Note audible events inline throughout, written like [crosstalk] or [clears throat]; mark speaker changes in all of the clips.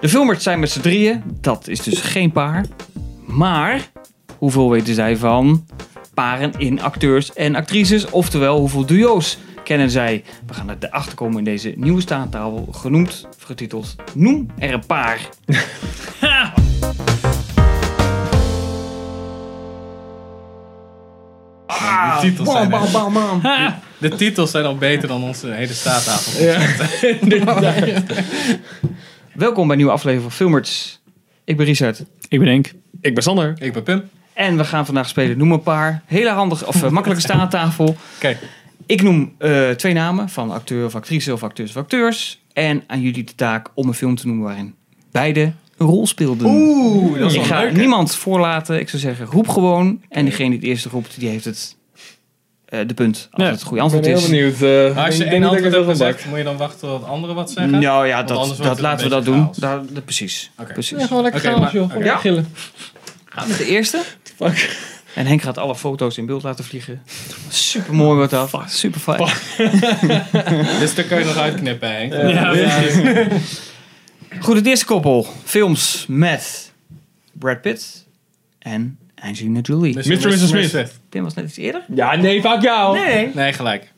Speaker 1: De filmers zijn met z'n drieën. Dat is dus geen paar. Maar hoeveel weten zij van paren in acteurs en actrices? Oftewel, hoeveel duo's kennen zij? We gaan het erachter komen in deze nieuwe staantafel. Genoemd, getiteld Noem er een paar.
Speaker 2: Ah,
Speaker 3: De titels,
Speaker 1: Bam,
Speaker 3: zijn,
Speaker 1: bam, bam, bam.
Speaker 3: de titels zijn al beter dan onze hele staattafel.
Speaker 1: Welkom bij een nieuwe aflevering van Filmers. Ik ben Richard.
Speaker 4: Ik ben Henk.
Speaker 2: Ik ben Sander.
Speaker 3: Ik ben Pim.
Speaker 1: En we gaan vandaag spelen Noem een paar. Hele handig of eh, makkelijke staattafel.
Speaker 3: Kijk,
Speaker 1: Ik noem eh, twee namen van acteur of actrice of acteurs of acteurs. En aan jullie de taak om een film te noemen waarin beide een rol speelden.
Speaker 3: oeh, dat is
Speaker 1: ik
Speaker 3: wel
Speaker 1: ga
Speaker 3: leuk.
Speaker 1: niemand voorlaten. Ik zou zeggen, roep gewoon. En degene die het eerste roept, die heeft het eh, de punt. Als
Speaker 4: Ja,
Speaker 1: het het goede
Speaker 2: Ik ben
Speaker 1: antwoord
Speaker 2: heel
Speaker 1: is.
Speaker 2: benieuwd. eh,
Speaker 3: Maar Ah, als je
Speaker 2: ik
Speaker 3: één
Speaker 2: denk niet dat
Speaker 3: antwoord hebt
Speaker 2: ik het heel veel
Speaker 3: gezegd, moet je dan wachten tot anderen wat zeggen?
Speaker 1: Nou ja,
Speaker 3: anders
Speaker 1: dat,
Speaker 3: wordt
Speaker 1: dat
Speaker 3: het
Speaker 1: laten we
Speaker 3: een
Speaker 1: dat
Speaker 3: beetje
Speaker 1: doen.
Speaker 3: chaos.
Speaker 1: Daar, daar- precies.
Speaker 3: Oké.
Speaker 1: precies.
Speaker 2: Ja, gewoon lekker
Speaker 3: Oké,
Speaker 2: chaos,
Speaker 3: maar-
Speaker 2: joh.
Speaker 3: oké.
Speaker 2: Lekker gillen.
Speaker 1: Gaan met de eerste.
Speaker 2: Fuck.
Speaker 1: En Henk gaat alle foto's in beeld laten vliegen. Super mooi wordt dat. Super fijn.
Speaker 3: Dus daar kun je nog uitknippen, Henk.
Speaker 4: Ja,
Speaker 2: [laughs]
Speaker 3: Dus
Speaker 1: Goed, het eerste koppel. Films met Brad Pitt en Angelina Jolie.
Speaker 3: Dus
Speaker 2: Mr. Mrs. Smith.
Speaker 1: Pim was net iets eerder.
Speaker 2: Ja, nee, fuck jou.
Speaker 3: Nee, gelijk.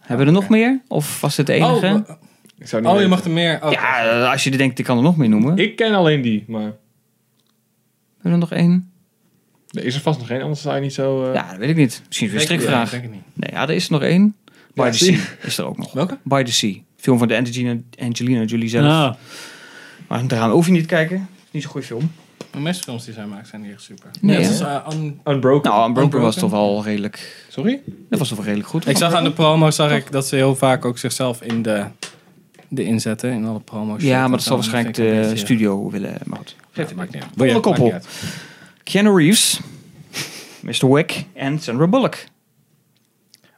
Speaker 1: Hebben we er nog meer? Of was dit de enige?
Speaker 3: Oh,
Speaker 2: Ik zou niet
Speaker 3: oh, je mag
Speaker 2: weten.
Speaker 3: er meer. Oh,
Speaker 1: ja, eh, als je denkt, ik kan er nog meer noemen.
Speaker 2: Ik ken alleen die, maar
Speaker 1: Hebben we er nog één?
Speaker 2: er is er vast nog geen, anders zou je niet zo... eh,
Speaker 1: Ja, dat weet ik niet. Misschien is het weer een
Speaker 3: ja,
Speaker 1: strikvraag.
Speaker 3: denk het niet.
Speaker 1: Nee, ja, er is er nog één. By
Speaker 2: Ja,
Speaker 1: the
Speaker 2: zie.
Speaker 1: Sea is er ook nog.
Speaker 3: Welke?
Speaker 1: By the Sea. Film van de Angelina, Angelina Jolie zelf.
Speaker 4: Nou,
Speaker 1: Maar daaraan hoef je niet te kijken. Niet zo'n goede film.
Speaker 3: De meeste films die zij maakt zijn niet echt super.
Speaker 1: Nee,
Speaker 3: Net
Speaker 1: hè?
Speaker 3: als, eh, An-
Speaker 2: Unbroken.
Speaker 1: Nou, Unbroken was
Speaker 3: Unbroken?
Speaker 1: toch wel redelijk...
Speaker 2: Sorry?
Speaker 1: Dat was toch wel redelijk goed.
Speaker 3: ik zag aan de promo zag ik dat ze heel vaak ook zichzelf in de, de inzetten. In alle promo's.
Speaker 1: Ja, maar dat zal
Speaker 3: Dan
Speaker 1: waarschijnlijk
Speaker 3: vind ik een eh,
Speaker 1: de
Speaker 3: beetje-
Speaker 1: studio willen. Maar goed.
Speaker 3: Ja, dat maakt niet uit.
Speaker 1: Volgende
Speaker 3: Maakt niet
Speaker 1: koppel.
Speaker 3: uit.
Speaker 1: Keanu Reeves, Mr. Wick en Sandra Bullock.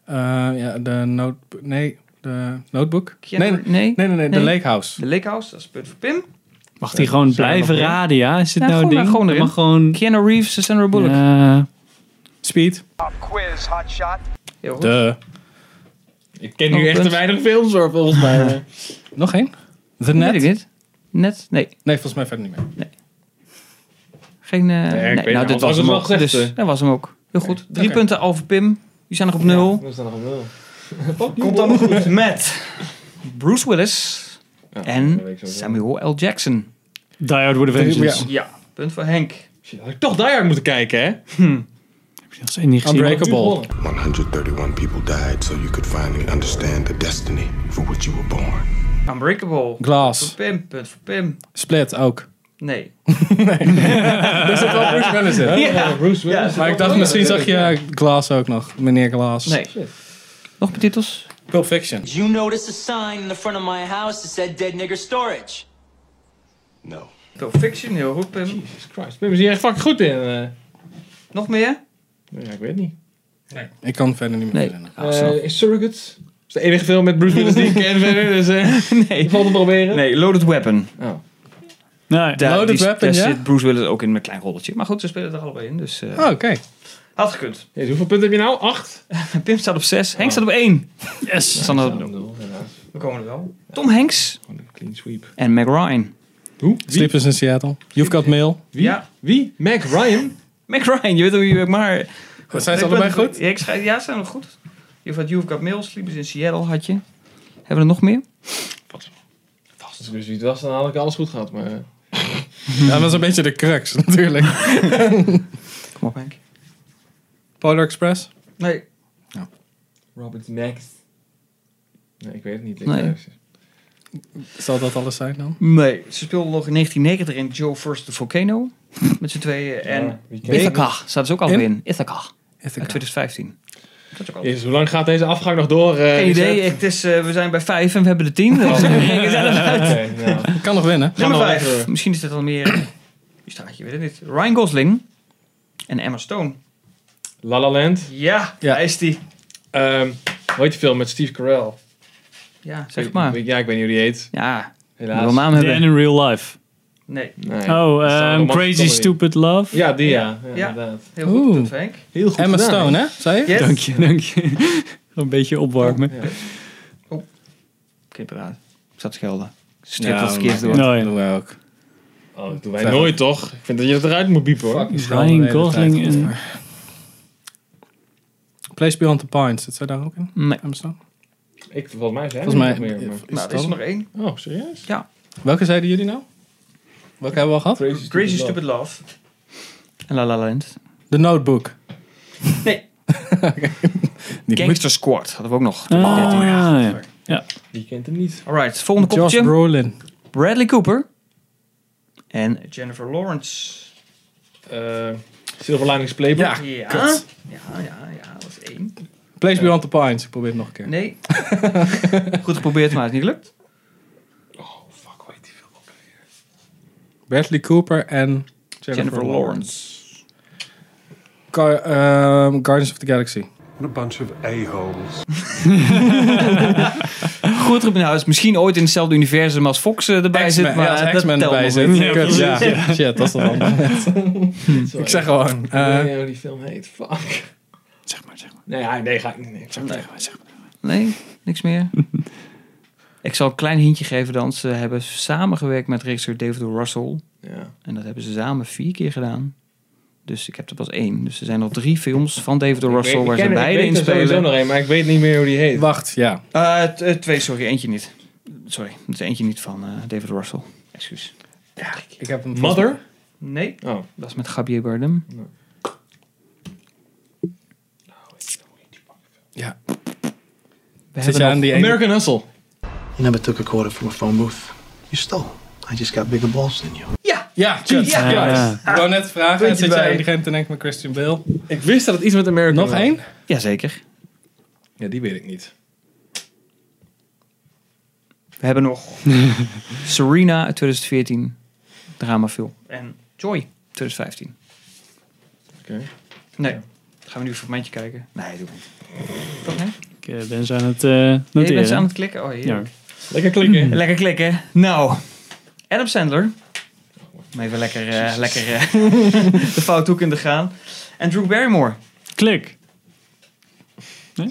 Speaker 3: Eh, ja, de notebook. Nee, de notebook. Nee,
Speaker 1: Keanu-
Speaker 3: nee, nee, nee, nee, de
Speaker 1: Nee.
Speaker 3: Lake House.
Speaker 1: De Lake House, dat is het punt voor Pim.
Speaker 4: mag hij gewoon
Speaker 2: Zijn we
Speaker 4: blijven
Speaker 2: nog meer?
Speaker 4: raden, ja? Is dit
Speaker 1: Ja,
Speaker 4: nou een
Speaker 1: gewoon-
Speaker 4: ding?
Speaker 1: gewoon
Speaker 4: Je
Speaker 1: erin.
Speaker 4: mag gewoon... eh,
Speaker 1: Keanu Reeves en Sandra Bullock.
Speaker 4: Ja.
Speaker 3: Speed.
Speaker 5: quiz, hot shot.
Speaker 1: Heel goed.
Speaker 3: De.
Speaker 2: Ik ken eh,
Speaker 1: Oh,
Speaker 2: nu echt
Speaker 1: punt.
Speaker 2: te weinig films hoor, volgens mij.
Speaker 3: Nog één?
Speaker 1: Net.
Speaker 3: The Net.
Speaker 1: Weet ik niet. Net? Nee.
Speaker 3: Nee, volgens mij verder niet meer.
Speaker 1: Geen, eh,
Speaker 2: ik
Speaker 1: nee,
Speaker 2: weet
Speaker 1: nou,
Speaker 2: niet,
Speaker 1: dit
Speaker 2: anders
Speaker 1: was
Speaker 2: was het
Speaker 1: hem
Speaker 2: wel
Speaker 1: ook.
Speaker 2: gezegd,
Speaker 1: Dus,
Speaker 2: eh.
Speaker 1: dat was hem ook. Heel goed. Drie
Speaker 3: Oké.
Speaker 1: punten al voor Pim. Die zijn nog op nul. Oh,
Speaker 2: We staan nog op nul.
Speaker 1: Komt allemaal goed. Met Bruce Willis
Speaker 2: Ja,
Speaker 1: en
Speaker 2: dat weet ik sowieso.
Speaker 1: Samuel L. Jackson.
Speaker 4: Die Hard with a Vengeance.
Speaker 3: Ja.
Speaker 1: Ja, punt voor Henk.
Speaker 2: Shit, had ik toch Die Hard moeten kijken, hè?
Speaker 4: Heb je nog steeds niet gezien?
Speaker 3: Unbreakable.
Speaker 6: 131 people died so you could finally understand the destiny for which you were born.
Speaker 1: Unbreakable. Voor
Speaker 3: Glass.
Speaker 1: Pim. Punt voor Pim.
Speaker 3: Split [laughs] ook.
Speaker 1: Nee.
Speaker 3: Er zit wel Bruce Willis in.
Speaker 1: Ja.
Speaker 2: Bruce Willis.
Speaker 3: Maar ik dacht, misschien zag je Glass ook nog. Meneer Glass.
Speaker 1: Nee. Nog meer titels?
Speaker 3: Pulp Fiction.
Speaker 7: You noticed a sign in the front of my house that said dead nigger storage.
Speaker 6: No.
Speaker 1: Pulp Fiction. Heel goed, Pim.
Speaker 2: Jesus Christ. Ben je hier echt fucking goed in? eh?
Speaker 1: Nog meer?
Speaker 2: Nou ja, ik weet niet.
Speaker 3: Ik kan verder niet meer
Speaker 1: Nee.
Speaker 3: verzinnen.
Speaker 2: Eh, is Surrogates? Dat is de enige film met Bruce Willis die ik ken [laughs] verder, dus eh,
Speaker 1: nee.
Speaker 2: ik valt te
Speaker 1: [laughs]
Speaker 2: proberen.
Speaker 1: Nee, Loaded Weapon.
Speaker 2: Oh.
Speaker 4: Nee.
Speaker 1: Daar,
Speaker 3: Loaded
Speaker 1: die-
Speaker 3: Weapon,
Speaker 1: daar
Speaker 3: ja?
Speaker 1: zit Bruce Willis ook in met een klein rolletje. Maar goed, ze spelen er allebei in, dus... eh,
Speaker 3: Oh, oké.
Speaker 1: Had gekund.
Speaker 2: Jezus, hoeveel punten heb je nou? Acht?
Speaker 1: Pim staat op 6, Henk staat op 1.
Speaker 4: Yes.
Speaker 1: Sander op
Speaker 2: Ja,
Speaker 1: nul.
Speaker 2: nul, helaas.
Speaker 1: We komen er wel. Tom Hanks
Speaker 2: Gewoon een clean sweep.
Speaker 1: en Meg Ryan.
Speaker 2: Hoe? Wie?
Speaker 3: Sleepers in Seattle. You've Got Mail.
Speaker 2: Wie?
Speaker 1: Ja.
Speaker 2: Wie? Mac Ryan?
Speaker 1: Meg Ryan, je weet hoe je maar...
Speaker 3: zijn ze allebei goed?
Speaker 1: Ja, ik schrijf, ja, ze zijn nog goed. Je had You've Got Mail, Sleepers in Seattle had je. Hebben we er nog meer?
Speaker 2: Als ik dus wie het was, dan had ik alles goed gehad, maar... eh,
Speaker 3: Ja, dat is een beetje de crux [laughs] natuurlijk.
Speaker 1: Kom op, Henk.
Speaker 3: Polar Express.
Speaker 1: Nee.
Speaker 2: Robert Next. Nee, ik weet het niet. Ik
Speaker 1: Nee.
Speaker 2: luister.
Speaker 3: Zal dat alles zijn dan?
Speaker 1: Nee. Ze speelden nog in 1990 in Joe First the Volcano. Met z'n tweeën.
Speaker 2: Ja,
Speaker 1: En
Speaker 2: wie kent het?
Speaker 1: Ithaca staat ze ook al
Speaker 3: In?
Speaker 1: in. Ithaca. Uit
Speaker 3: Ithaca.
Speaker 1: 2015. Dat is ook al
Speaker 2: Jezus, hoe lang gaat deze afgang nog door? eh,
Speaker 1: Geen idee.
Speaker 2: Richard?
Speaker 1: Het is, eh, we zijn bij vijf en we hebben de tien. Dat is een [laughs] gezellig uit.
Speaker 2: Oké, nou.
Speaker 3: Ik kan nog winnen.
Speaker 1: Nummer
Speaker 2: wel
Speaker 1: vijf.
Speaker 2: even.
Speaker 1: Misschien is dit al meer... Wie staat je? Weet het niet. Ryan Gosling en Emma Stone.
Speaker 2: La La Land.
Speaker 1: Ja,
Speaker 3: Ja.
Speaker 1: daar is die.
Speaker 2: Ehm, hoe heet die film met Steve Carell?
Speaker 1: Ja, zeg maar.
Speaker 2: Ik- Ja, ik weet niet hoe die heet.
Speaker 1: Ja, moet wel
Speaker 2: Helaas.
Speaker 1: een naam
Speaker 4: Dan
Speaker 1: hebben.
Speaker 4: in real life.
Speaker 1: Nee.
Speaker 2: Nee.
Speaker 4: Oh,
Speaker 2: Dat is een
Speaker 4: ehm,
Speaker 2: romantische
Speaker 4: Crazy
Speaker 2: comedy.
Speaker 4: Stupid Love.
Speaker 2: Ja, die ja. Ja,
Speaker 1: Ja.
Speaker 2: inderdaad.
Speaker 1: Heel goed,
Speaker 3: Oeh.
Speaker 1: punt, Henk.
Speaker 2: Heel goed
Speaker 3: Emma
Speaker 2: gedaan.
Speaker 3: Stone, hè? Zei je?
Speaker 1: Yes.
Speaker 4: Dank je, [laughs] dank je. Een beetje opwarmen.
Speaker 2: Ja.
Speaker 1: Kippenraad. Ik zat te schelden. Strip
Speaker 3: Ja,
Speaker 1: dat verkeerd
Speaker 3: maar-
Speaker 1: door.
Speaker 4: Nee.
Speaker 3: Dat doen wij ook.
Speaker 2: Oh, dat doen wij
Speaker 3: Zeg.
Speaker 2: nooit toch? Ik vind dat je het eruit moet piepen hoor.
Speaker 3: Fuck, is
Speaker 4: Ryan
Speaker 3: wel de hele
Speaker 4: Gosling
Speaker 3: tijd goed,
Speaker 4: en-
Speaker 3: maar. Place Beyond the Pines, zit zij daar ook in?
Speaker 1: Nee.
Speaker 3: Amsterdam?
Speaker 2: Ik, volgens mij zijn
Speaker 3: Volgens
Speaker 2: er
Speaker 3: mij-
Speaker 2: niet meer, maar-
Speaker 1: Nou, er is er nog één.
Speaker 2: Oh, serieus?
Speaker 3: Welke zeiden jullie nou? Welke hebben we al gehad?
Speaker 2: Crazy,
Speaker 1: Crazy Stupid Love. En La La Land.
Speaker 3: The Notebook.
Speaker 1: Nee.
Speaker 3: [laughs] Die
Speaker 1: Gangster Squad hadden we ook nog.
Speaker 4: Ah, ja.
Speaker 2: Die kent hem niet.
Speaker 1: Oh, Alright, volgende
Speaker 3: moet- Josh
Speaker 1: kopje.
Speaker 3: Brolin.
Speaker 1: Bradley Cooper. En Jennifer Lawrence.
Speaker 2: Eh Silver Linings Playbook.
Speaker 3: Ja.
Speaker 1: Ja.
Speaker 3: kut.
Speaker 1: Ja, ja, ja. Dat is één.
Speaker 3: Place Beyond the Pines. Ik probeer het nog een keer.
Speaker 1: Nee. [laughs] Goed geprobeerd, maar het is niet gelukt.
Speaker 2: Oh, fuck, hoe heet die film ook?
Speaker 3: Bradley Cooper en Jennifer,
Speaker 1: Jennifer Lawrence.
Speaker 3: Ga- ehm, Guardians of the Galaxy.
Speaker 6: What a bunch of a-holes.
Speaker 1: Goed, Ruben Huis. Misschien ooit in hetzelfde universum als Fox eh, erbij zit. Maar
Speaker 3: ja, als
Speaker 1: dat
Speaker 3: X-Men
Speaker 1: telt
Speaker 3: erbij
Speaker 1: nog
Speaker 3: zit.
Speaker 1: niet.
Speaker 4: Ja, Ah,
Speaker 3: Kut, ja.
Speaker 4: precies,
Speaker 3: Shit, dat is dan anders.
Speaker 2: Sorry.
Speaker 3: Ik zeg gewoon.
Speaker 2: Ik weet
Speaker 3: eh,
Speaker 2: niet hoe die film heet. Fuck.
Speaker 4: Zeg maar, zeg maar.
Speaker 2: Nee, ja, nee, ga ik niet. Nee, ik zeg
Speaker 1: Nee.
Speaker 2: het
Speaker 4: Zeg maar.
Speaker 1: Nee, niks
Speaker 3: [laughs]
Speaker 1: meer. Ik zal een klein hintje geven dan. Ze hebben samengewerkt met regisseur David O. Russell.
Speaker 2: even. Ja.
Speaker 1: En dat hebben ze samen vier keer gedaan. Dus ik heb er pas één. Dus er zijn nog drie films van David O. Russell
Speaker 2: Ik
Speaker 1: waar
Speaker 2: ken-
Speaker 1: ze
Speaker 2: ik
Speaker 1: beide
Speaker 2: weet
Speaker 1: in
Speaker 2: er sowieso
Speaker 1: spelen.
Speaker 2: nog één, maar ik weet niet meer hoe die heet.
Speaker 3: Wacht, ja.
Speaker 1: Eh, t- eh, twee, sorry. Eentje niet. Sorry, het is eentje niet van eh, David O. Russell. Excuus.
Speaker 3: Ik heb hem
Speaker 2: Mother?
Speaker 1: Nee,
Speaker 2: Oh.
Speaker 1: dat is met Gabriel Bardem.
Speaker 3: Ja.
Speaker 1: We
Speaker 3: Zit
Speaker 1: hebben
Speaker 3: je
Speaker 1: nog-
Speaker 3: aan die ene...
Speaker 2: American Hustle.
Speaker 5: You never took a quarter from a phone booth. You stole. I just got bigger balls than you.
Speaker 3: Ja, shit.
Speaker 1: Ja.
Speaker 3: Ja.
Speaker 4: Ja.
Speaker 3: Ik wou net vragen.
Speaker 2: Puntje
Speaker 3: Zit jij
Speaker 2: bij.
Speaker 3: aan die te denken met Christian Bale?
Speaker 2: Ik wist dat het iets met American
Speaker 3: Nog één?
Speaker 1: Jazeker.
Speaker 2: Ja, die weet ik niet.
Speaker 1: We hebben nog [laughs] Serena uit 2014, dramafilm. En Joy 2015.
Speaker 2: Oké.
Speaker 1: Nee, gaan we nu een fragmentje kijken? Nee, doe niet. Toch, hè?
Speaker 4: Ik eh, ben ze aan het eh
Speaker 1: Nee, je bent
Speaker 4: noteren.
Speaker 1: aan het klikken? Oh,
Speaker 4: ja.
Speaker 1: ja.
Speaker 2: Lekker klikken.
Speaker 1: Lekker klikken. Nou, Adam Sandler. Om even lekker, eh, lekker eh, [laughs] de fout hoek in te gaan. En Drew Barrymore.
Speaker 4: Klik.
Speaker 2: Dat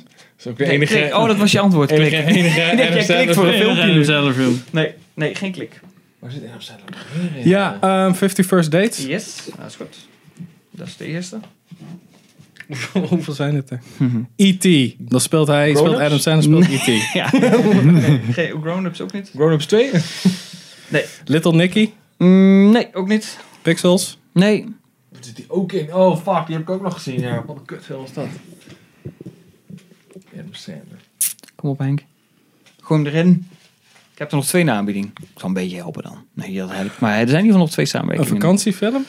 Speaker 2: is ook de
Speaker 1: Nee,
Speaker 2: enige...
Speaker 1: klik. Oh, dat was je antwoord.
Speaker 2: enige,
Speaker 1: Klik.
Speaker 2: enige
Speaker 1: [laughs] jij
Speaker 2: Adam Sandler Ehm,
Speaker 1: klikt voor een
Speaker 2: film.
Speaker 1: film.
Speaker 4: Filmpje
Speaker 1: nu.
Speaker 4: zelf film.
Speaker 1: Nee, nee, geen klik.
Speaker 2: Waar zit nou Adam Sandler nog meer in?
Speaker 3: Ja, ehm 50 First Dates.
Speaker 1: Yes, Nou, dat is goed. Dat is de
Speaker 2: [laughs]
Speaker 1: eerste.
Speaker 3: Hoeveel zijn het er? E.T. Dan speelt hij,
Speaker 2: Grown-ups?
Speaker 3: speelt Adam Sandler, speelt E E.T.
Speaker 1: Ja. nee, Grown-ups ook niet?
Speaker 2: Grown Ups 2?
Speaker 3: Little Nicky,
Speaker 1: Mm, nee, ook niet.
Speaker 3: Pixels.
Speaker 1: Nee.
Speaker 2: Wat zit die ook in? Oh, fuck. Die heb ik ook nog gezien. Ja, wat een kutfilm is dat. Adam Sandler.
Speaker 1: Kom op, Henk. Gewoon erin. Ik heb er nog twee in de aanbieding. Ik zal een beetje helpen dan. Nee, dat helpt. Maar er zijn in ieder geval nog twee
Speaker 3: Een
Speaker 1: samenwerkingen.
Speaker 3: vakantiefilm.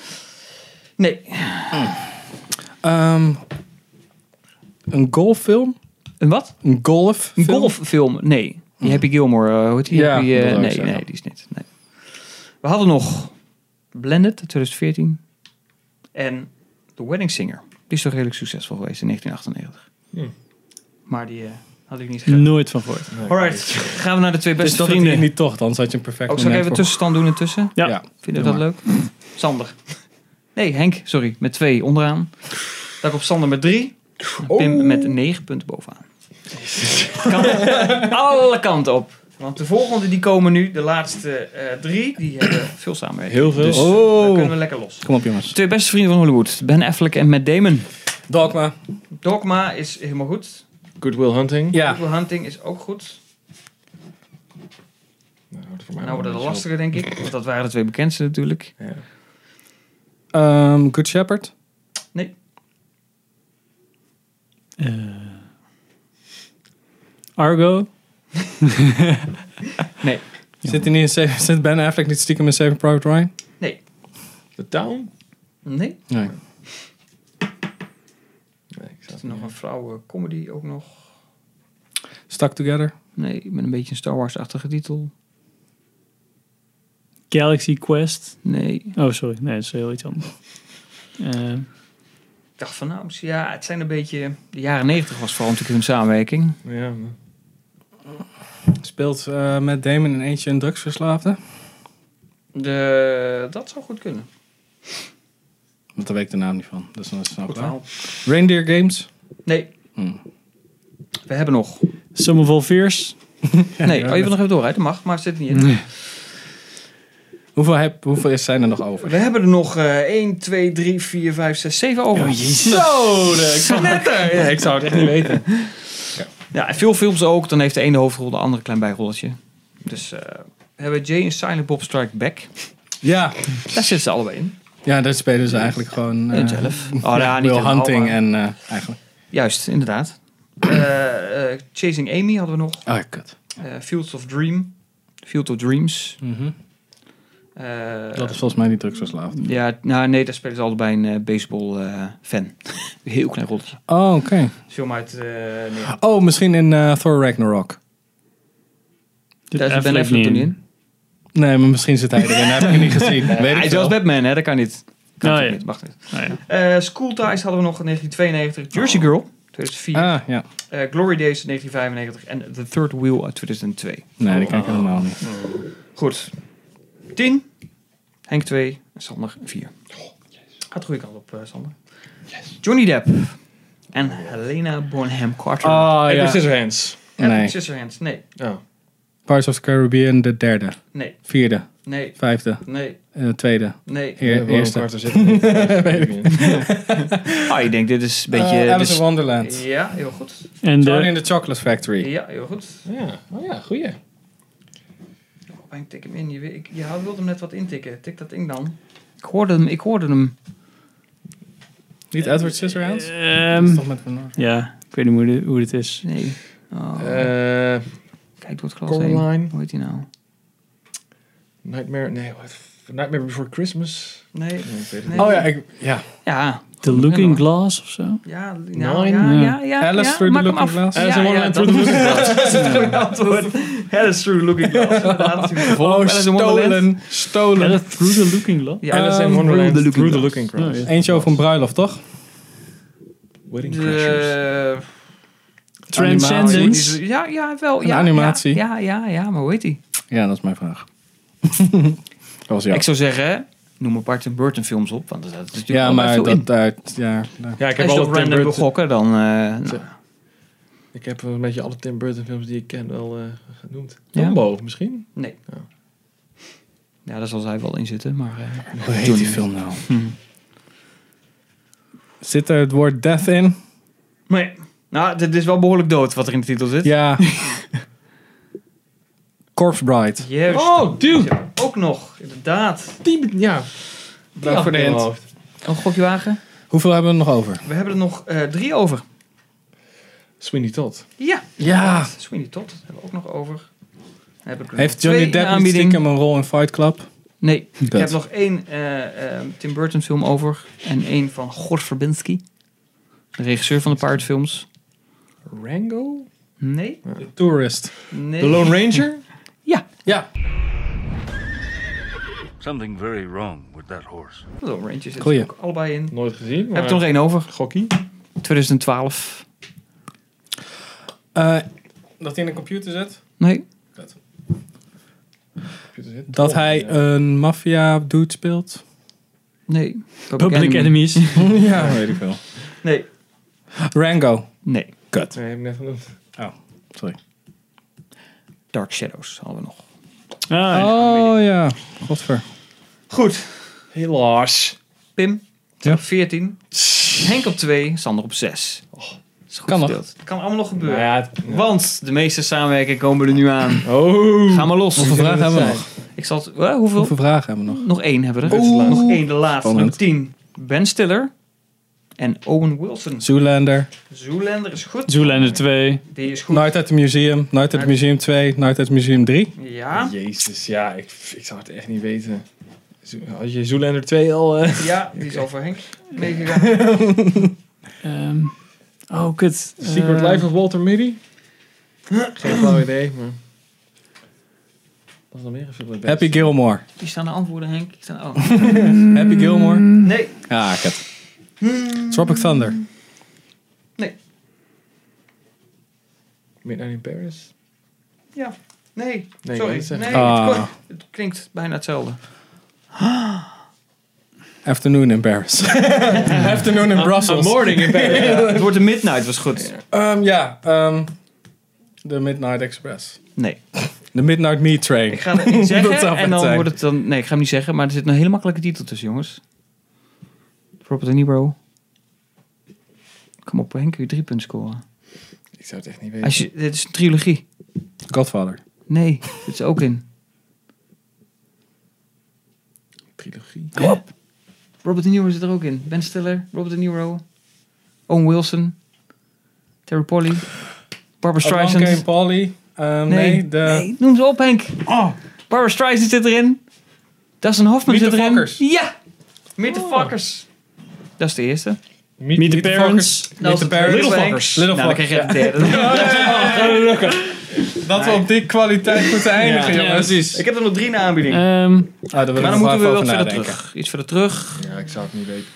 Speaker 1: Nee,
Speaker 3: Ehm, een golffilm.
Speaker 1: een wat?
Speaker 3: Een Dus golf.
Speaker 1: Een golffilm? Nee. Die Happy Gilmore, eh, hoe heet die?
Speaker 3: Ja,
Speaker 1: Happy, eh,
Speaker 3: dat wou ik
Speaker 1: nee,
Speaker 3: zeggen.
Speaker 1: nee, die is niet. Nee. We hadden nog Blended, 2014. En The Wedding Singer. Die is toch redelijk succesvol geweest in 1998.
Speaker 3: Hm.
Speaker 2: Hmm.
Speaker 1: Maar die eh, had ik niet gedaan.
Speaker 4: Nooit van gehoord.
Speaker 1: Alright, gaan we naar de twee
Speaker 3: Dus
Speaker 1: beste
Speaker 3: dat vind
Speaker 1: vrienden.
Speaker 3: ik niet toch, dan zat je een perfect
Speaker 1: Ook zal ik even
Speaker 3: tussen.
Speaker 1: tussenstand doen intussen?
Speaker 4: Ja.
Speaker 3: Ja.
Speaker 1: Vinden we
Speaker 3: Doe
Speaker 1: dat leuk? [laughs] Sander. Nee, Henk, sorry. Met twee onderaan. Daar komt Sander met drie. En Pim met negen punten bovenaan. Kan [laughs] alle kanten op. Want de volgende die komen nu, de laatste eh, drie, [clears throat] die hebben veel samenwerking.
Speaker 3: Heel veel.
Speaker 1: Dus daar
Speaker 3: Oh.
Speaker 1: kunnen we lekker los.
Speaker 3: Kom op jongens.
Speaker 1: Twee beste vrienden van Hollywood. Ben Affleck en Matt Damon.
Speaker 3: Dogma.
Speaker 1: Dogma is helemaal goed.
Speaker 2: Good Will Hunting.
Speaker 3: Ja.
Speaker 1: Equal Hunting is ook goed.
Speaker 2: Nou, wordt het voor mij
Speaker 1: Nou
Speaker 2: wel
Speaker 1: worden
Speaker 2: een
Speaker 1: de
Speaker 2: beetje
Speaker 1: lastige, denk ik. Want dat waren de twee bekendste natuurlijk.
Speaker 2: op. Ja.
Speaker 3: Ehm, Good Shepherd.
Speaker 4: Eh, Argo.
Speaker 3: Zit, hij niet in Save- zit Ben Affleck niet stiekem in Saving Private Ryan?
Speaker 2: The Town?
Speaker 1: Nee?
Speaker 3: Nee.
Speaker 2: Nee, ik
Speaker 1: Is
Speaker 2: zat
Speaker 1: er nog een vrouwen comedy ook nog?
Speaker 3: Stuck Together.
Speaker 1: Nee, met een beetje een Star Wars-achtige titel.
Speaker 4: Galaxy Quest.
Speaker 1: Nee. Ik
Speaker 4: Oh, sorry. Nee, dat is heel iets anders. Eh,
Speaker 1: dacht van nou, ja, het zijn een beetje... De jaren negentig was vooral natuurlijk hun samenwerking.
Speaker 2: Ja, maar-
Speaker 3: Speelt eh, met Damon in eentje een drugsverslaafde.
Speaker 1: De, dat zou goed kunnen.
Speaker 3: Want daar weet ik de naam niet van. Dus dan is het snel
Speaker 1: Goed
Speaker 3: klaar.
Speaker 1: verhaal.
Speaker 3: Reindeer Games.
Speaker 1: Nee.
Speaker 3: Hmm.
Speaker 1: We hebben nog. [laughs]
Speaker 4: Sum of All Fears.
Speaker 1: nee, oh, je wil nog even doorrijden, mag, maar het zit er niet in.
Speaker 3: Hoeveel, heb, hoeveel is- zijn er nog over?
Speaker 1: We hebben er nog eh 1, 2, 3, 4, 5, 6, 7 over.
Speaker 3: Zo, de- ik
Speaker 1: [laughs] Zo netter! Oh, Ja, ik zou het echt niet weten. Ja. [laughs] Ja, en veel films ook. Dan heeft de ene hoofdrol de andere klein bijrolletje. Dus eh, we hebben Jay en Silent Bob Strike Back.
Speaker 3: Ja.
Speaker 1: Daar zitten ze allebei in.
Speaker 3: ja, dat spelen ze eigenlijk gewoon... eh,
Speaker 1: En Jelf. Oh, ja, niet
Speaker 3: Will
Speaker 1: helemaal,
Speaker 3: Hunting
Speaker 1: maar-
Speaker 3: en eh, eigenlijk...
Speaker 1: Juist, inderdaad. Eh, eh, Chasing Amy hadden we nog.
Speaker 3: Oh, ja, kut.
Speaker 1: Eh, Fields of Dream. Field of Dreams.
Speaker 3: Mhm.
Speaker 1: Eh,
Speaker 3: Dat is volgens mij niet drugsverslaafd.
Speaker 1: Ja, nou nee, daar spelen ze allebei een eh, baseball eh, fan. [laughs] Heel klein rolletje.
Speaker 3: Oh, oké.
Speaker 1: Film uit... eh, nee,
Speaker 3: Oh, misschien in eh, Thor Ragnarok.
Speaker 4: Dit
Speaker 1: daar is
Speaker 4: Affleck
Speaker 1: Ben Affleck toen in.
Speaker 3: Nee, maar misschien zit hij erin. dat heb ik niet
Speaker 1: [laughs]
Speaker 3: gezien. Weet ik
Speaker 1: Hij is
Speaker 3: veel.
Speaker 1: zelfs Batman, hè? Dat kan niet. Kan
Speaker 4: Oh,
Speaker 1: natuurlijk
Speaker 4: ja.
Speaker 1: niet, mag niet.
Speaker 4: Nou ja.
Speaker 1: Eh, School Ties hadden we nog in 1992. Jersey Girl, 2004.
Speaker 3: Ah, ja.
Speaker 1: Eh, Glory Days, 1995. En The Third Wheel uit 2002.
Speaker 3: Nee, die kijk ik helemaal niet.
Speaker 1: Goed. 10. Henk 2. Sander 4. Gaat de goede kant op, eh, Sander. Johnny Depp. En Helena Bonham Carter.
Speaker 3: Oh,
Speaker 2: Edward
Speaker 3: ja.
Speaker 2: Scissorhands.
Speaker 1: Edward
Speaker 3: Nee.
Speaker 1: Scissorhands. Ah, Nee.
Speaker 2: Oh.
Speaker 3: Pirates of the Caribbean, de derde,
Speaker 1: Nee.
Speaker 3: vierde,
Speaker 1: Nee.
Speaker 3: vijfde,
Speaker 1: Nee.
Speaker 3: eh, tweede,
Speaker 1: Nee.
Speaker 3: eer-
Speaker 2: Ja,
Speaker 3: E- eerste.
Speaker 2: Warren Carter zit er. Weet ik niet.
Speaker 1: Ah, ik denk dit is een
Speaker 3: Eh,
Speaker 1: beetje...
Speaker 3: Alice
Speaker 1: dus-
Speaker 3: in Wonderland.
Speaker 1: ja, heel goed.
Speaker 4: En
Speaker 3: Charlie
Speaker 4: de,
Speaker 3: in the Chocolate Factory.
Speaker 1: Ja, heel goed.
Speaker 2: Ja, oh ja, goeie.
Speaker 1: Oh, ik tik hem in. Je, wi- ik, je wilde hem net wat intikken. Tik dat in dan. Ik hoorde hem. Ik hoorde hem.
Speaker 3: Niet Edward Scissorhands? Dat is
Speaker 4: Ehm
Speaker 3: toch met Van Noord.
Speaker 4: ja, ik weet niet hoe, de- hoe het is.
Speaker 1: Nee. Oh,
Speaker 2: Eh,
Speaker 1: kijk door het glas heen.
Speaker 2: Coraline.
Speaker 1: Hoe heet hij nou?
Speaker 2: Nightmare, nee, wat- Nightmare Before Christmas.
Speaker 1: Nee.
Speaker 2: Nee, ik weet het
Speaker 1: nee.
Speaker 3: Oh ja, ik, ja.
Speaker 1: Ja.
Speaker 4: The Looking Glass of zo?
Speaker 1: Ja, nou,
Speaker 2: Nine?
Speaker 1: ja,
Speaker 4: Ja.
Speaker 1: ja, ja.
Speaker 3: Alice
Speaker 1: ja,
Speaker 3: Through the
Speaker 1: maak hem
Speaker 3: Looking
Speaker 1: af.
Speaker 3: Glass?
Speaker 1: Ja,
Speaker 2: Alice in
Speaker 1: ja,
Speaker 2: Wonderland
Speaker 1: dat-
Speaker 2: Through the Looking
Speaker 1: Dat is het goede
Speaker 2: [laughs]
Speaker 1: antwoord. Alice Through the Looking Glass. Inderdaad, natuurlijk gevolgd.
Speaker 3: Oh,
Speaker 1: Alice in Wonderland.
Speaker 3: stolen.
Speaker 4: Ja,
Speaker 3: Stolen.
Speaker 4: dat Through the Looking Glass?
Speaker 1: Ja,
Speaker 2: Alice in
Speaker 3: Ehm,
Speaker 2: Wonderland
Speaker 1: Through the
Speaker 2: Through the
Speaker 1: Looking
Speaker 2: Looking Glass.
Speaker 4: Oh, ja.
Speaker 3: Eentje over een bruiloft, toch?
Speaker 2: Wedding Crashers.
Speaker 1: de,
Speaker 2: Nou,
Speaker 4: Transcendence.
Speaker 1: ja, ja, wel.
Speaker 3: Een
Speaker 1: Ja,
Speaker 3: animatie.
Speaker 1: Ja, ja, ja, ja, maar hoe heet die?
Speaker 3: Ja, dat is mijn vraag. dat was jou.
Speaker 1: Ik zou zeggen, noem een paar Tim Burton films op. Want dat is natuurlijk
Speaker 3: Ja,
Speaker 1: allemaal
Speaker 3: maar
Speaker 1: veel Oh, in.
Speaker 3: dat uit... Ja, nou, daar-
Speaker 2: Ja, ik heb
Speaker 1: Als je
Speaker 2: alle
Speaker 1: op
Speaker 2: Tim
Speaker 1: random wil
Speaker 2: Burton.
Speaker 1: gokken, dan... eh, nou,
Speaker 2: Zo. Ik heb wel een beetje alle Tim Burton films die ik ken wel eh, genoemd.
Speaker 1: Ja.
Speaker 2: Dumbo misschien.
Speaker 1: nee.
Speaker 2: Ja.
Speaker 1: Ja, daar zal zij wel in zitten, maar... eh,
Speaker 3: Hoe heet die film nou? Zit er het woord death in?
Speaker 1: nee. Nou, dit is wel behoorlijk dood wat er in de titel zit.
Speaker 3: Ja. Corpse Bride.
Speaker 1: Juist.
Speaker 2: Oh, dude!
Speaker 1: Ja, Ook nog, inderdaad.
Speaker 2: Die, ja.
Speaker 3: Bedankt voor de
Speaker 2: in mijn
Speaker 3: hint.
Speaker 2: hoofd.
Speaker 1: Een gokje wagen.
Speaker 3: Hoeveel hebben we er nog over?
Speaker 1: We hebben er nog eh, drie over.
Speaker 2: Sweeney Todd.
Speaker 1: Ja,
Speaker 3: Ja.
Speaker 1: Sweeney Todd hebben we ook nog over. Dan heb ik er nog
Speaker 3: Heeft
Speaker 1: twee
Speaker 3: Johnny
Speaker 1: in
Speaker 3: Depp niet
Speaker 1: aanbieding.
Speaker 3: stiekem een rol in Fight Club?
Speaker 1: Nee, ik
Speaker 3: Kut.
Speaker 1: heb nog één eh, eh, Tim Burton film over. En één van Gord Verbinski. De regisseur van de paardfilms.
Speaker 2: Rango?
Speaker 1: Nee,
Speaker 3: The Tourist.
Speaker 1: nee.
Speaker 2: The Lone Ranger?
Speaker 1: Ja,
Speaker 3: Ja.
Speaker 8: Something very wrong with that horse.
Speaker 1: The Lone Ranger zit
Speaker 3: Goeie.
Speaker 1: er ook allebei in.
Speaker 2: Nooit gezien,
Speaker 1: Heb
Speaker 2: maar...
Speaker 1: er nog één over.
Speaker 2: Gokkie?
Speaker 1: 2012.
Speaker 3: Eh, dat hij in een computer zit?
Speaker 1: Nee,
Speaker 3: Dat hij een maffia dude speelt?
Speaker 1: nee. [laughs]
Speaker 4: Public
Speaker 3: [laughs]
Speaker 4: Enemies. Ah,
Speaker 3: ja, weet ik veel.
Speaker 1: Nee,
Speaker 3: Rango.
Speaker 1: nee.
Speaker 3: Kut.
Speaker 2: Nee, heb ik net genoemd.
Speaker 3: Oh, sorry.
Speaker 1: Dark Shadows hadden we nog.
Speaker 4: Ah, ja.
Speaker 3: Oh ja, godver.
Speaker 1: Goed,
Speaker 2: Helaas.
Speaker 1: Pim.
Speaker 3: Ja.
Speaker 1: Op 14. Henk op 2, Sander op 6. Oh, is goed
Speaker 3: Kan nog.
Speaker 1: verdeeld. Kan allemaal nog gebeuren.
Speaker 2: Nou ja, het-
Speaker 1: Want de meeste samenwerkingen komen er nu aan.
Speaker 2: Oh.
Speaker 1: Ga maar los.
Speaker 3: Hoeveel vragen hebben we nog?
Speaker 1: Ik zal het, eh, hoeveel?
Speaker 3: Hoeveel vragen hebben we nog?
Speaker 1: Nog één hebben we er.
Speaker 2: Dit is de laatste.
Speaker 1: Nog één, de laatste.
Speaker 3: Spannend.
Speaker 1: Nummer 10. Ben Stiller. En Owen Wilson.
Speaker 3: Zoolander.
Speaker 1: Zoolander is goed.
Speaker 4: Zoolander 2.
Speaker 1: Die is goed.
Speaker 3: Night at the Museum. Night at the Museum 2. Night at the Museum 3.
Speaker 1: Ja.
Speaker 2: Jezus, ja, ik, ik zou het echt niet weten. Zo- Had je Zoolander 2 al... eh,
Speaker 1: Ja, die is al voor Henk meegegaan.
Speaker 4: Ehm, oh, kut.
Speaker 2: Secret
Speaker 4: Eh,
Speaker 2: Life of Walter Mitty? Geen flauw idee, maar... Wat is nog meer een film
Speaker 3: [laughs]
Speaker 2: met
Speaker 3: Happy
Speaker 2: best?
Speaker 3: Gilmore.
Speaker 1: Die staan de antwoorden, Henk. Die staan, oh.
Speaker 3: [laughs] Happy Gilmore.
Speaker 1: Nee,
Speaker 3: Ah, kut. Tropic Thunder.
Speaker 2: Midnight in Paris?
Speaker 1: nee.
Speaker 2: Nee, ik wou
Speaker 1: Sorry.
Speaker 2: het zeggen.
Speaker 1: Nee,
Speaker 3: Ah.
Speaker 1: het, ko- het klinkt bijna hetzelfde.
Speaker 3: Afternoon in [laughs] Paris. Afternoon in Brussels.
Speaker 2: Morning in
Speaker 1: [laughs]
Speaker 2: Paris.
Speaker 1: Het wordt de Midnight was goed.
Speaker 3: Ehm, ja, ehm, The Midnight Express.
Speaker 1: Nee.
Speaker 3: The Midnight Meat Train.
Speaker 1: Ik ga het [laughs] niet
Speaker 3: Dat zou
Speaker 1: zeggen en
Speaker 3: vet
Speaker 1: dan
Speaker 3: zijn.
Speaker 1: wordt het dan... Nee, ik ga hem niet zeggen, maar er zit een hele makkelijke titel tussen, jongens. Robert De Niro. Kom op, Henk, kun je drie punten scoren.
Speaker 2: Ik zou het echt niet weten.
Speaker 1: Als je, dit is een trilogie.
Speaker 3: Godfather.
Speaker 1: Nee, dit is ook in.
Speaker 2: Trilogie.
Speaker 1: Robert De Niro zit er ook in. Ben Stiller, Robert De Niro, Owen Wilson, Terry Polly, Barbara Streisand.
Speaker 3: Game Polly. Ehm, nee. de...
Speaker 1: nee, Eh, noem ze op, Henk. Oh. Barbara Streisand zit erin. Dustin Hoffman
Speaker 3: Meet
Speaker 1: zit
Speaker 3: the
Speaker 1: erin.
Speaker 3: Fockers.
Speaker 1: Ja, Meet the Fuckers. Dat is de eerste.
Speaker 3: Meet,
Speaker 4: Meet the
Speaker 3: Meet
Speaker 4: Parents.
Speaker 3: Fuckers. Meet the Parents.
Speaker 1: Little
Speaker 3: Fuckers. Little
Speaker 1: nou, dan
Speaker 3: Fuckers.
Speaker 1: krijg je de [laughs] derde.
Speaker 2: Ah,
Speaker 3: Dat we op die kwaliteit moeten eindigen,
Speaker 4: Ja,
Speaker 3: jongens.
Speaker 4: precies.
Speaker 1: Ik heb er nog drie naar aanbieding.
Speaker 4: Ehm,
Speaker 3: Ah, daar
Speaker 1: Eh, maar
Speaker 3: wil
Speaker 1: dan
Speaker 3: ik nog
Speaker 1: moeten we
Speaker 3: even
Speaker 1: wel
Speaker 3: over
Speaker 1: verder
Speaker 3: nadenken.
Speaker 1: terug. Iets verder terug.
Speaker 2: Ja, ik zou het niet weten.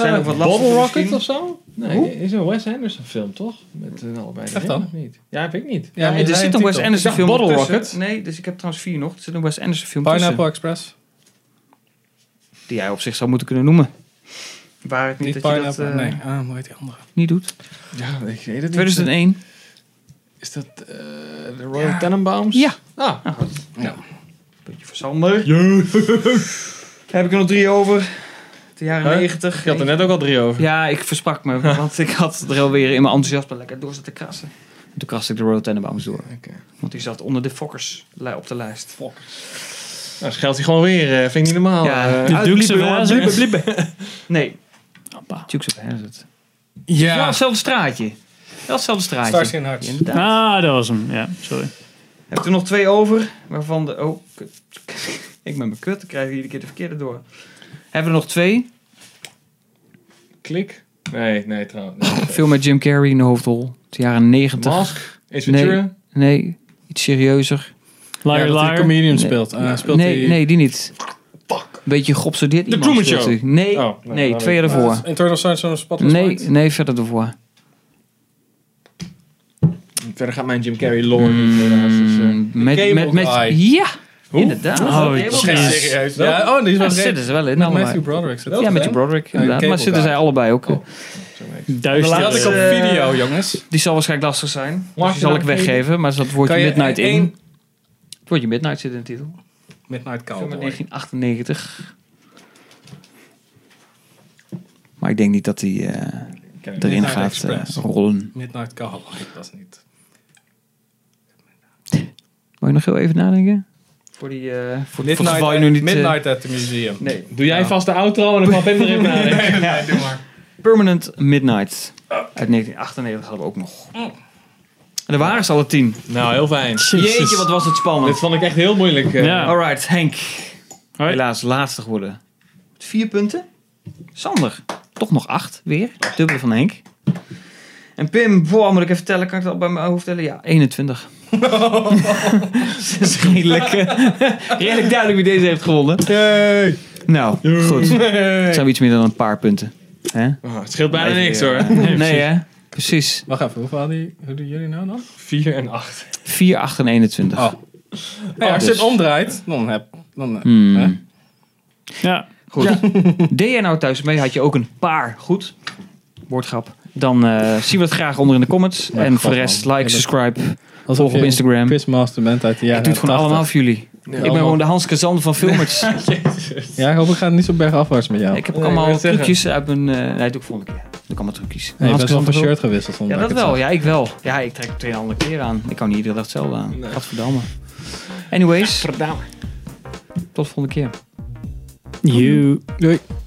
Speaker 1: Zijn er ook wat
Speaker 2: Bubble
Speaker 1: lastige
Speaker 2: Rocket
Speaker 1: misschien?
Speaker 2: of zo? Nee, is een Wes Anderson film, toch? Met eh, allebei
Speaker 3: Echt
Speaker 2: de heren,
Speaker 3: dan?
Speaker 2: of niet? Ja, heb ik niet.
Speaker 3: Ja,
Speaker 1: Nee, Eh, er zit een Wes Anderson film
Speaker 3: Bottle
Speaker 1: tussen.
Speaker 3: Rocket.
Speaker 1: Nee, dus ik heb trouwens vier nog. Er zit een Wes Anderson film
Speaker 3: Pineapple
Speaker 1: tussen.
Speaker 3: Express.
Speaker 1: Die jij op zich zou moeten kunnen noemen. Waar het niet,
Speaker 3: Niet
Speaker 1: dat je
Speaker 3: Pineapple.
Speaker 1: dat eh,
Speaker 3: nee, ah, hoe heet die andere?
Speaker 1: niet doet.
Speaker 2: Ja, ik weet het niet.
Speaker 1: 2001.
Speaker 2: Is dat eh, de Royal Tenenbaums?
Speaker 1: Ja. Nou,
Speaker 2: Ah,
Speaker 1: Beetje verzander. Heb ik er nog drie over. De jaren
Speaker 2: Huh?
Speaker 1: negentig.
Speaker 2: ik had er net ook al drie over.
Speaker 1: Ja, ik versprak me, want ik had er alweer in mijn enthousiasme lekker door zitten krassen. En toen kraste ik de Royal Tenenbaums door.
Speaker 2: Oké.
Speaker 1: Want die zat onder de fokkers li- op de lijst.
Speaker 2: Nou, scheelt hij gewoon weer. eh, vind ik niet normaal.
Speaker 1: Ja.
Speaker 2: Eh,
Speaker 4: de
Speaker 1: Uit-
Speaker 4: Dukes
Speaker 1: bliepen,
Speaker 4: of Hazzard.
Speaker 1: [laughs] Nee. Dukes of Hazzard. Wel
Speaker 3: Ja.
Speaker 1: hetzelfde straatje. Wel hetzelfde straatje.
Speaker 3: Stars in Hearts.
Speaker 1: Ja, inderdaad.
Speaker 4: Ah, dat was hem. Ja, sorry.
Speaker 1: Heb ik er nog twee over, waarvan de... Oh, kut. [laughs] ik met mijn kut, dan krijgen we iedere keer de verkeerde door. Hebben we er nog twee?
Speaker 2: Klik. Nee, nee, trouwens.
Speaker 1: Een film met Jim Carrey in de hoofdrol. De jaren negentig.
Speaker 2: Mask. Is Eh, Ventura.
Speaker 1: Nee, iets serieuzer.
Speaker 4: Liar,
Speaker 3: Ja, dat hij
Speaker 4: liar.
Speaker 3: comedian
Speaker 1: Nee.
Speaker 3: speelt. Ah, speelt
Speaker 1: Nou, nee,
Speaker 3: hij-
Speaker 1: nee, die niet. Fuck. Beetje geobsedeerd iemand
Speaker 2: Truman
Speaker 1: speelt
Speaker 2: Show.
Speaker 1: u. Nee,
Speaker 2: Oh, nou,
Speaker 1: nee,
Speaker 2: nou
Speaker 1: twee
Speaker 2: weet
Speaker 1: jaar
Speaker 2: ik.
Speaker 1: ervoor.
Speaker 3: Internal Science of the Spotless
Speaker 1: Nee,
Speaker 3: Mind.
Speaker 1: nee, verder ervoor.
Speaker 2: Verder gaat mijn Jim Carrey lore niet helaas. Dus, eh,
Speaker 1: Mm, met,
Speaker 3: Cable
Speaker 1: met, met,
Speaker 3: Guy.
Speaker 1: ja, inderdaad.
Speaker 4: Oh,
Speaker 1: Cable
Speaker 4: jeez.
Speaker 1: Guy.
Speaker 4: Ja.
Speaker 3: Serieus? Ja, oh, die is wel
Speaker 1: Ja,
Speaker 3: recht.
Speaker 1: zitten ze wel in
Speaker 3: Met
Speaker 1: allebei.
Speaker 3: Matthew Broderick. zit dat
Speaker 1: Ja,
Speaker 3: ook
Speaker 1: met
Speaker 3: in?
Speaker 1: die Broderick, inderdaad.
Speaker 3: Cable
Speaker 1: maar zitten
Speaker 3: Guy. Oh.
Speaker 1: zij allebei ook. eh.
Speaker 3: Die
Speaker 4: Duister.
Speaker 3: had ik op
Speaker 1: eh,
Speaker 3: video, jongens.
Speaker 1: Die zal waarschijnlijk lastig zijn.
Speaker 2: Mag
Speaker 1: Dus
Speaker 2: je
Speaker 1: die zal
Speaker 2: dat
Speaker 1: ik weggeven, maar dat woordje
Speaker 3: Kan je
Speaker 1: Midnight in.
Speaker 3: één-
Speaker 1: Het woordje Midnight zit in de titel.
Speaker 3: Midnight
Speaker 1: Film uit
Speaker 3: Cowboy.
Speaker 1: 1998. Maar ik denk niet dat die eh,
Speaker 2: Kijk,
Speaker 1: erin
Speaker 3: Midnight
Speaker 1: gaat eh,
Speaker 3: Express.
Speaker 1: rollen.
Speaker 3: Midnight Cowboy. Dat is niet...
Speaker 1: Moet je nog heel even nadenken? Voor die... eh voor, voor het geval je nu
Speaker 3: at-
Speaker 1: niet... eh,
Speaker 3: Midnight at the Museum.
Speaker 1: nee.
Speaker 2: Doe jij vast de outro en dan [laughs] kan Pim erin nadenken.
Speaker 1: Permanent Midnight. Uit 1998 hadden we ook nog. En er waren ze alle tien.
Speaker 2: Nou, heel fijn.
Speaker 1: Jeetje, wat was het spannend.
Speaker 2: Dit vond ik echt heel moeilijk. eh.
Speaker 4: Ja.
Speaker 1: Alright, Henk.
Speaker 4: Hoi.
Speaker 1: Helaas laatste geworden. Met vier punten. Sander, toch nog acht weer. Dubbele van Henk. En Pim, boah, moet ik even vertellen. Kan ik dat bij mijn hoofd tellen? Ja,
Speaker 4: [laughs]
Speaker 1: 21. Dat is redelijk, eh, redelijk duidelijk wie deze heeft gewonnen. Nou, goed. Het zijn we iets meer dan een paar punten. hè?
Speaker 2: Oh, het scheelt bijna niks hoor. [laughs]
Speaker 1: Nee, hè? Precies.
Speaker 3: Wacht even, hoeveel hadden die- hoe doen jullie nou dan?
Speaker 2: 4 en 8.
Speaker 1: 4, 8 en 21.
Speaker 3: Oh. Hey, als je het omdraait, dan heb... Dan, eh,
Speaker 1: Dus- Hmm.
Speaker 3: hè?
Speaker 4: Ja.
Speaker 1: Goed. [laughs] Deed jij nou thuis mee? Had je ook een paar goed? Woordgrap. Dan eh, zien we het graag onder in de comments.
Speaker 3: Maar
Speaker 1: en
Speaker 3: god,
Speaker 1: voor de rest,
Speaker 3: man.
Speaker 1: like,
Speaker 3: Ja, dat-
Speaker 1: subscribe.
Speaker 3: Alsof
Speaker 1: Volg op
Speaker 3: je
Speaker 1: Instagram.
Speaker 3: een quizmaster bent uit de
Speaker 1: Ik
Speaker 3: jaren
Speaker 1: doe het gewoon
Speaker 3: 80.
Speaker 1: allemaal voor jullie. ik ben
Speaker 3: allemaal.
Speaker 1: gewoon de Hans Kazan van filmers.
Speaker 3: Ja, ik hoop ik ga niet zo bergafwaarts met jou.
Speaker 1: Ik heb ook
Speaker 2: Nee, ik
Speaker 1: allemaal
Speaker 2: wou het zeggen.
Speaker 1: trucjes uit mijn... eh, nee, doe ik volgende keer. Doe ik allemaal trucjes.
Speaker 3: Hey, je
Speaker 1: Hans
Speaker 3: bent wel
Speaker 1: Kazan
Speaker 3: van
Speaker 1: van
Speaker 3: shirt gewisseld.
Speaker 1: Ja,
Speaker 3: zonder
Speaker 1: dat
Speaker 3: ik het
Speaker 1: wel.
Speaker 3: zag.
Speaker 1: Ja, ik wel. Ja, ik trek twee andere kleren aan. Ik kan niet iedere dag hetzelfde aan.
Speaker 2: Nee.
Speaker 1: Gadverdamme. Anyways. Tot volgende keer.
Speaker 4: You.
Speaker 3: Doei.